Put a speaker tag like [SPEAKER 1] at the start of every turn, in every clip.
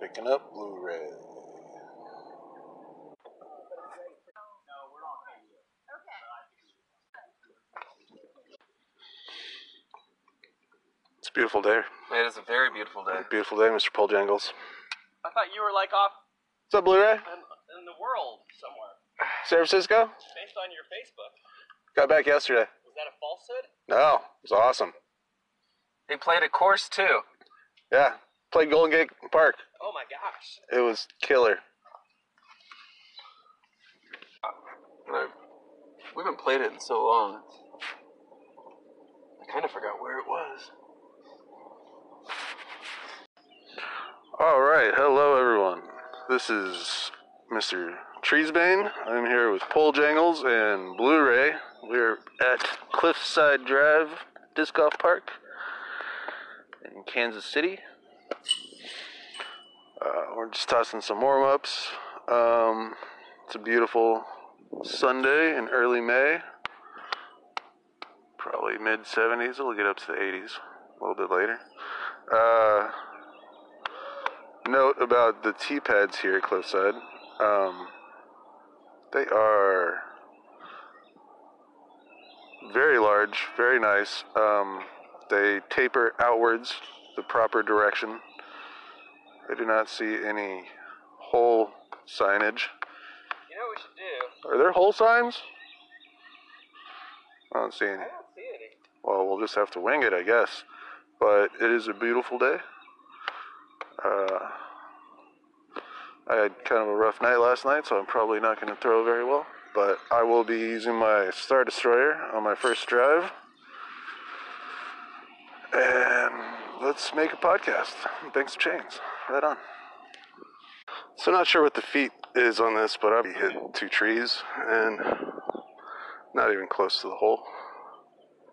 [SPEAKER 1] Picking up Blu-ray. It's a beautiful day.
[SPEAKER 2] It is a very beautiful day.
[SPEAKER 1] Beautiful day, Mr. Paul Jangles.
[SPEAKER 3] I thought you were like off
[SPEAKER 1] What's up, Blu-ray?
[SPEAKER 3] in, in the world somewhere.
[SPEAKER 1] San Francisco?
[SPEAKER 3] Based on your Facebook,
[SPEAKER 1] Got back yesterday.
[SPEAKER 3] was that a falsehood?
[SPEAKER 1] No, it was awesome.
[SPEAKER 2] He played a course too.
[SPEAKER 1] Yeah, played Golden Gate Park.
[SPEAKER 3] Oh my gosh!
[SPEAKER 1] It was killer.
[SPEAKER 2] I, we haven't played it in so long. I kind of forgot where it was.
[SPEAKER 1] All right, hello everyone. This is Mr. Treesbane. I'm here with Paul Jangles and Blu-ray. We're at Cliffside Drive Disc Golf Park in Kansas City. Uh, we're just tossing some warm-ups. Um, it's a beautiful Sunday in early May. Probably mid 70s. It'll get up to the 80s a little bit later. Uh, note about the tee pads here at Cliffside. Um, they are very large, very nice. Um, they taper outwards the proper direction. I do not see any hole signage.
[SPEAKER 3] You know what we should do?
[SPEAKER 1] Are there hole signs? I don't see any.
[SPEAKER 3] I don't see any.
[SPEAKER 1] Well, we'll just have to wing it, I guess. But it is a beautiful day. Uh, I had kind of a rough night last night, so I'm probably not going to throw very well. But I will be using my Star Destroyer on my first drive. And let's make a podcast. Thanks, Chains. Right on. So, not sure what the feet is on this, but I'll be hitting two trees and not even close to the hole.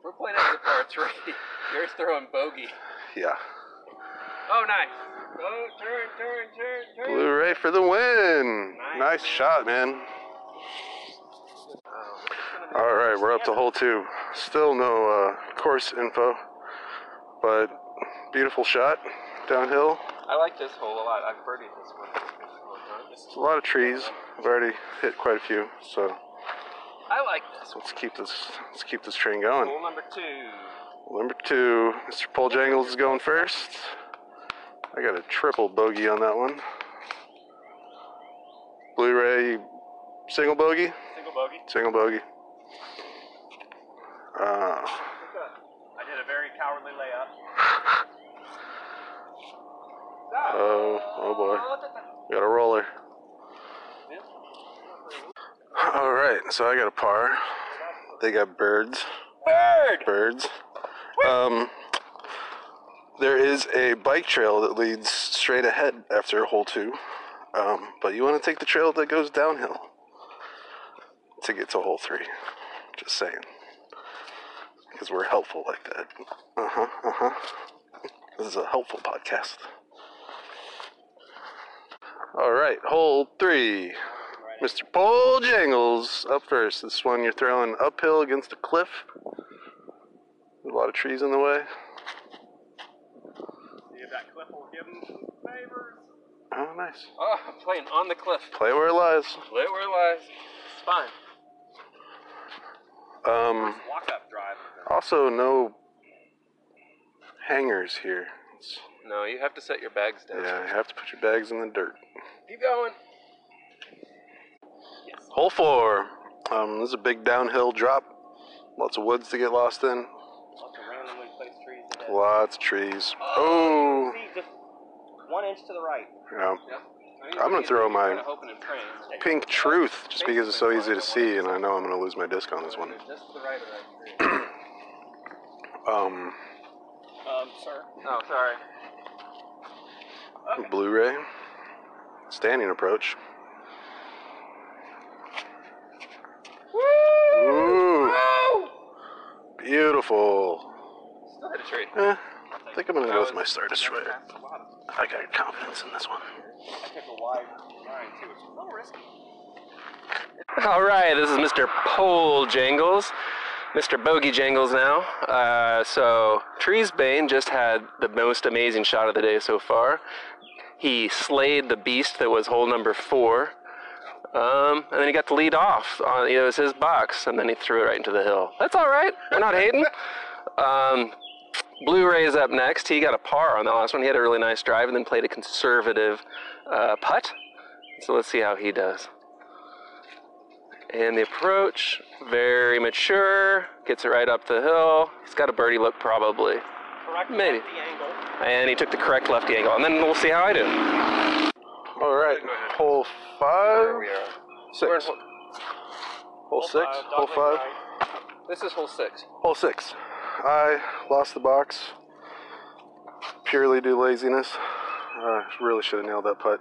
[SPEAKER 3] We're playing as a par three. You're throwing bogey.
[SPEAKER 1] Yeah.
[SPEAKER 3] Oh, nice. Go turn, turn, turn, turn.
[SPEAKER 1] Blu-ray for the win.
[SPEAKER 3] Nice.
[SPEAKER 1] Nice shot, man. All right, we're up to hole two. Still no uh, course info, but beautiful shot downhill.
[SPEAKER 2] I like this hole a lot. I've birdied this one. This is
[SPEAKER 1] There's a lot of trees. I've already hit quite a few, so
[SPEAKER 3] I like this.
[SPEAKER 1] let's keep this let's keep this train going.
[SPEAKER 2] hole number two.
[SPEAKER 1] Number two, Mr. Paul Jangles is going first. I got a triple bogey on that one. Blu-ray single bogey.
[SPEAKER 3] Single bogey.
[SPEAKER 1] Single bogey. Uh,
[SPEAKER 3] I did a very cowardly layup.
[SPEAKER 1] oh, oh boy. Got a roller. All right, so I got a par. They got birds.
[SPEAKER 3] Bird.
[SPEAKER 1] Birds. Um, there is a bike trail that leads straight ahead after hole two, um, but you want to take the trail that goes downhill to get to hole three. Just saying, because we're helpful like that. Uh huh. Uh huh. This is a helpful podcast. All right, hole three. Mr. Paul Jangles up first. This one you're throwing uphill against a cliff. A lot of trees in the way.
[SPEAKER 3] See if that clip will give him some favors.
[SPEAKER 1] Oh, nice.
[SPEAKER 2] Oh, I'm playing on the cliff.
[SPEAKER 1] Play where it lies.
[SPEAKER 2] Play where it lies. It's fine.
[SPEAKER 1] Um,
[SPEAKER 3] Walk up drive.
[SPEAKER 1] also, no hangers here. It's-
[SPEAKER 2] No, you have to set your bags down.
[SPEAKER 1] yeah, you have to put your bags in the dirt.
[SPEAKER 2] Keep going.
[SPEAKER 1] Hole four. Um, this is a big downhill drop. Lots of woods to get lost in.
[SPEAKER 3] Lots of randomly placed trees. in it.
[SPEAKER 1] Lots of trees. Oh,
[SPEAKER 3] See, just one inch to the right.
[SPEAKER 1] yeah.
[SPEAKER 2] Yep.
[SPEAKER 1] I'm gonna throw my
[SPEAKER 2] Kinda hoping and praying.
[SPEAKER 1] Pink Truth, just because it's so easy to see, and I know I'm gonna lose my disc on this one.
[SPEAKER 2] Just to the right of that.
[SPEAKER 1] Um,
[SPEAKER 3] Um, sir.
[SPEAKER 2] oh, sorry.
[SPEAKER 1] Blu-ray, standing approach. Ooh, beautiful.
[SPEAKER 2] Still hit a tree.
[SPEAKER 1] Eh, I think I'm gonna go with my Star
[SPEAKER 2] Never
[SPEAKER 1] Destroyer.
[SPEAKER 2] passed a lot of-
[SPEAKER 1] I got confidence in this one.
[SPEAKER 2] I took a wide line too, which is a little risky.
[SPEAKER 4] All right, this is Mr. Pole Jangles, Mr. Bogey Jangles now. Uh, so, Trees Bane just had the most amazing shot of the day so far. He slayed the beast that was hole number four. Um, and then he got the lead off. On, you know, it was his box, and then he threw it right into the hill. That's all right. We're not hating. Um, Blu-ray is up next. He got a par on the last one. He had a really nice drive, and then played a conservative uh, putt. So let's see how he does. And the approach, very mature, gets it right up the hill. He's got a birdie look probably.
[SPEAKER 3] Correct
[SPEAKER 4] Maybe.
[SPEAKER 3] the angle.
[SPEAKER 4] And he took the correct lefty angle. And then we'll see how I do.
[SPEAKER 1] All right, hole five,
[SPEAKER 2] There we are.
[SPEAKER 3] We're in
[SPEAKER 1] six,
[SPEAKER 3] hole,
[SPEAKER 1] hole six,
[SPEAKER 3] five,
[SPEAKER 1] hole
[SPEAKER 3] dot
[SPEAKER 1] five,
[SPEAKER 3] leg right. This is hole six.
[SPEAKER 1] hole six. I lost the box purely due laziness. I really should have nailed that putt.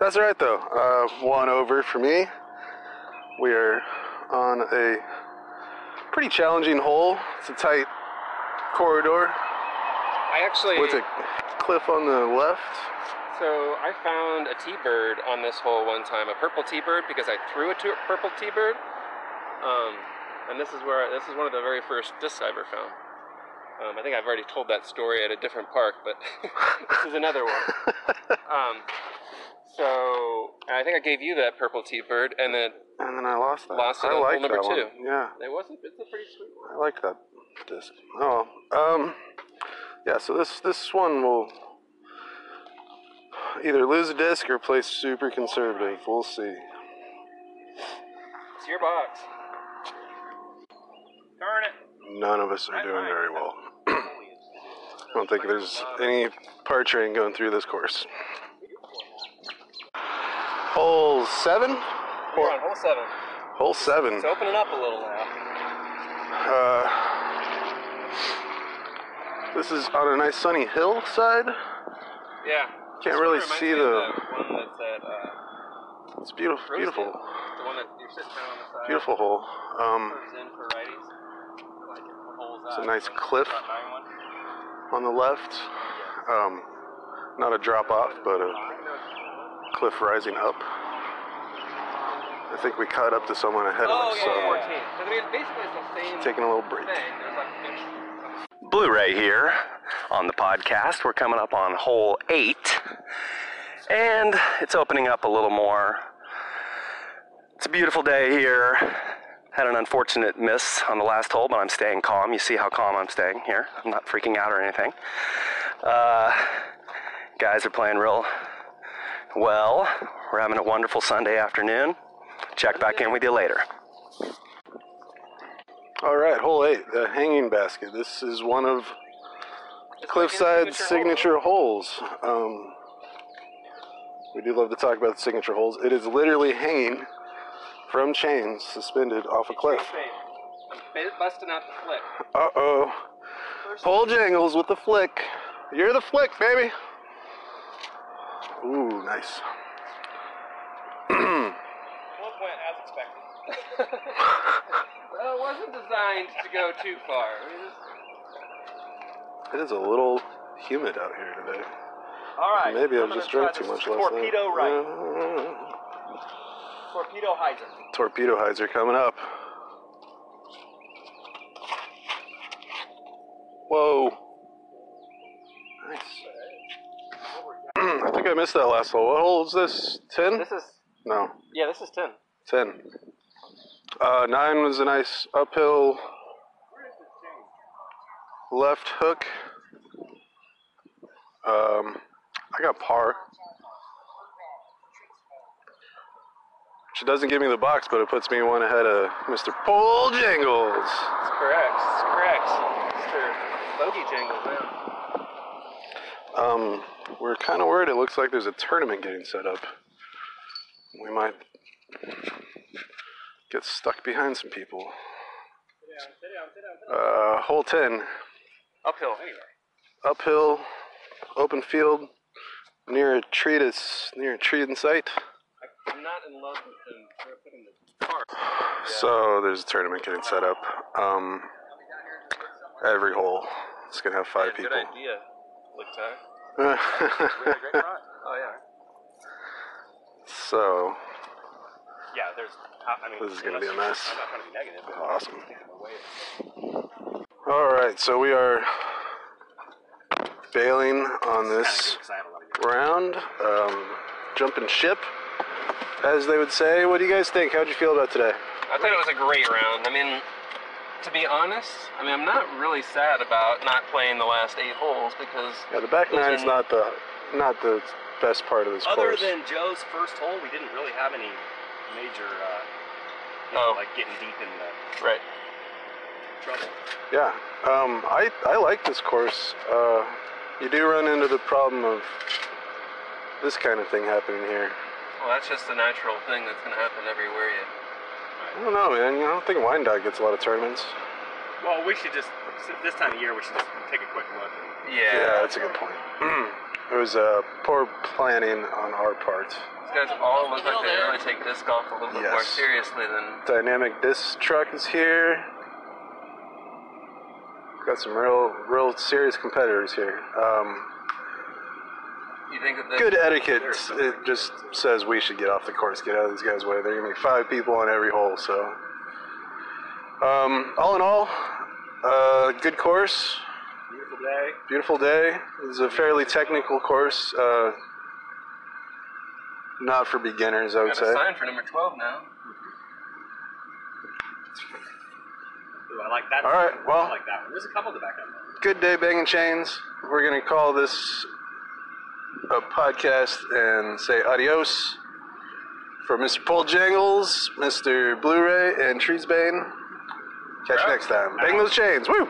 [SPEAKER 1] That's all right though. Uh, one over for me. We are on a pretty challenging hole. It's a tight corridor
[SPEAKER 4] I actually.
[SPEAKER 1] with a cliff on the left.
[SPEAKER 4] So I found a T-bird on this hole one time, a purple T-bird, because I threw a tu- purple T-bird. Um, and this is where this is one of the very first discs I ever found. Um, I think I've already told that story at a different park, but this is another one. Um, so I think I gave you that purple T-bird, and then
[SPEAKER 1] And then I lost that.
[SPEAKER 4] Lost it
[SPEAKER 1] I
[SPEAKER 4] on hole
[SPEAKER 1] like
[SPEAKER 4] number
[SPEAKER 1] that one.
[SPEAKER 4] two.
[SPEAKER 1] Yeah,
[SPEAKER 4] it was a, it's a pretty sweet one.
[SPEAKER 1] I like that disc. Oh, um, yeah. So this this one will either lose a disc or play super conservative. We'll see.
[SPEAKER 3] It's your box. Darn it.
[SPEAKER 1] None of us are doing very well. I don't think there's any par train going through this course. Hole seven.
[SPEAKER 3] We're on hole seven.
[SPEAKER 1] Hole seven.
[SPEAKER 3] It's opening up a little now.
[SPEAKER 1] Uh, this is on a nice sunny hillside.
[SPEAKER 3] Yeah.
[SPEAKER 1] Can't really see the.
[SPEAKER 3] One that's at, uh,
[SPEAKER 1] It's beautiful,
[SPEAKER 3] Rosedale.
[SPEAKER 1] beautiful,
[SPEAKER 3] The one that you're sitting down on the side.
[SPEAKER 1] beautiful hole. Um,
[SPEAKER 3] Curves in for righties. Like the hole's
[SPEAKER 1] It's a
[SPEAKER 3] out.
[SPEAKER 1] nice
[SPEAKER 3] One
[SPEAKER 1] cliff.
[SPEAKER 3] shot nine one.
[SPEAKER 1] on the left, um, not a drop off, but a cliff rising up. I think we caught up to someone ahead of
[SPEAKER 3] Oh,
[SPEAKER 1] us,
[SPEAKER 3] yeah,
[SPEAKER 1] so
[SPEAKER 3] yeah, yeah. So I mean, basically it's the same
[SPEAKER 1] taking a little break.
[SPEAKER 3] thing. There's like an extra
[SPEAKER 4] Blu-ray here on the podcast. We're coming up on hole eight, and it's opening up a little more. It's a beautiful day here. Had an unfortunate miss on the last hole, but I'm staying calm. You see how calm I'm staying here. I'm not freaking out or anything. Uh, guys are playing real well. We're having a wonderful Sunday afternoon. Check back in with you later.
[SPEAKER 1] All right, hole eight, the hanging basket. This is one of Cliffside's signature holes. Um, we do love to talk about the signature holes. It is literally hanging from chains, suspended off a cliff.
[SPEAKER 3] Safe. I'm bu- busting out the flip.
[SPEAKER 1] Uh oh. Pole jangles with the flick. You're the flick, baby. Ooh, nice.
[SPEAKER 3] Flip went as expected. well, it wasn't designed to go too far. It was
[SPEAKER 1] It is a little humid out here today.
[SPEAKER 3] All right.
[SPEAKER 1] Maybe
[SPEAKER 3] I'm
[SPEAKER 1] I've
[SPEAKER 3] gonna
[SPEAKER 1] just
[SPEAKER 3] try
[SPEAKER 1] drank too
[SPEAKER 3] this
[SPEAKER 1] much last night.
[SPEAKER 3] Torpedo right.
[SPEAKER 1] Uh,
[SPEAKER 3] Torpedo hydrant.
[SPEAKER 1] torpedo hides are coming up. Whoa. Nice. I think I missed that last hole. What hole is this? 10?
[SPEAKER 3] This is
[SPEAKER 1] No.
[SPEAKER 3] yeah. This is ten.
[SPEAKER 1] 10. Uh, 9 was a nice uphill left hook. Um, I got par. Which doesn't give me the box, but it puts me one ahead of Mr. Pole Jingles.
[SPEAKER 3] That's correct. That's correct. Mr. Bogey jingle now.
[SPEAKER 1] Um, we're kind of worried. It looks like there's a tournament getting set up. We might get stuck behind some people. Uh, hole 10.
[SPEAKER 3] Uphill anyway.
[SPEAKER 1] uphill, open field, near a treatise, near a tree in sight.
[SPEAKER 3] I'm not in love with them. They're putting the car.
[SPEAKER 1] So there's a tournament getting set up. Um, every hole, it's gonna have five
[SPEAKER 3] Good
[SPEAKER 1] people.
[SPEAKER 3] idea. Look, Ty. Great shot. Oh yeah.
[SPEAKER 1] so
[SPEAKER 3] Yeah. There's. I mean.
[SPEAKER 1] this is gonna be a
[SPEAKER 3] unless-
[SPEAKER 1] mess.
[SPEAKER 3] I'm not trying to be negative. But
[SPEAKER 1] Awesome.
[SPEAKER 3] the way it-
[SPEAKER 1] All right, so we are bailing on this
[SPEAKER 5] Because I have a lot of
[SPEAKER 1] round. Um, jumping ship, as they would say. What do you guys think? How'd you feel about today?
[SPEAKER 3] I thought it was a great round. I mean, to be honest, I mean, I'm not really sad about not playing the last eight holes because
[SPEAKER 1] Yeah, the back
[SPEAKER 3] Those
[SPEAKER 1] nine's
[SPEAKER 3] are-
[SPEAKER 1] not the not the best part of this
[SPEAKER 5] Other
[SPEAKER 1] course.
[SPEAKER 5] than Joe's first hole, we didn't really have any major, uh, you
[SPEAKER 3] Oh.
[SPEAKER 5] know, like getting deep in the
[SPEAKER 3] right.
[SPEAKER 5] trouble.
[SPEAKER 1] yeah, um, I I like this course. Uh, you do run into the problem of this kind of thing happening here.
[SPEAKER 3] Well, that's just the natural thing that's gonna happen everywhere. You.
[SPEAKER 1] I don't know, man. I don't think Wine Dog gets a lot of tournaments.
[SPEAKER 5] Well, we should just this time of year we should just take a quick look. And
[SPEAKER 3] Yeah.
[SPEAKER 1] that's a good point. it was uh, poor planning on our part.
[SPEAKER 3] These guys all look like they really take disc golf a little bit more
[SPEAKER 1] Yes.
[SPEAKER 3] seriously than
[SPEAKER 1] Dynamic disc truck is here. Got some real, real serious competitors here. Um,
[SPEAKER 3] you think. That they-
[SPEAKER 1] good etiquette. It just says we should get off the course, get out of this guy's way. There are gonna be five people on every hole, so. Um, all in all, uh, good course.
[SPEAKER 5] beautiful day.
[SPEAKER 1] Beautiful day. It's a fairly technical course. Uh, not for beginners, I would
[SPEAKER 3] Got
[SPEAKER 1] say.
[SPEAKER 3] a sign for number 12 now.
[SPEAKER 5] Ooh, I like that.
[SPEAKER 1] All right,
[SPEAKER 5] one.
[SPEAKER 1] well-
[SPEAKER 5] I like that one. There's a couple to back up. on.
[SPEAKER 1] Good day, banging chains. We're gonna call this a podcast and say adios for Mr. Paul Jangles, Mr. Blu-ray, and Treesbane. Catch you next time. Bang those chains! Woo!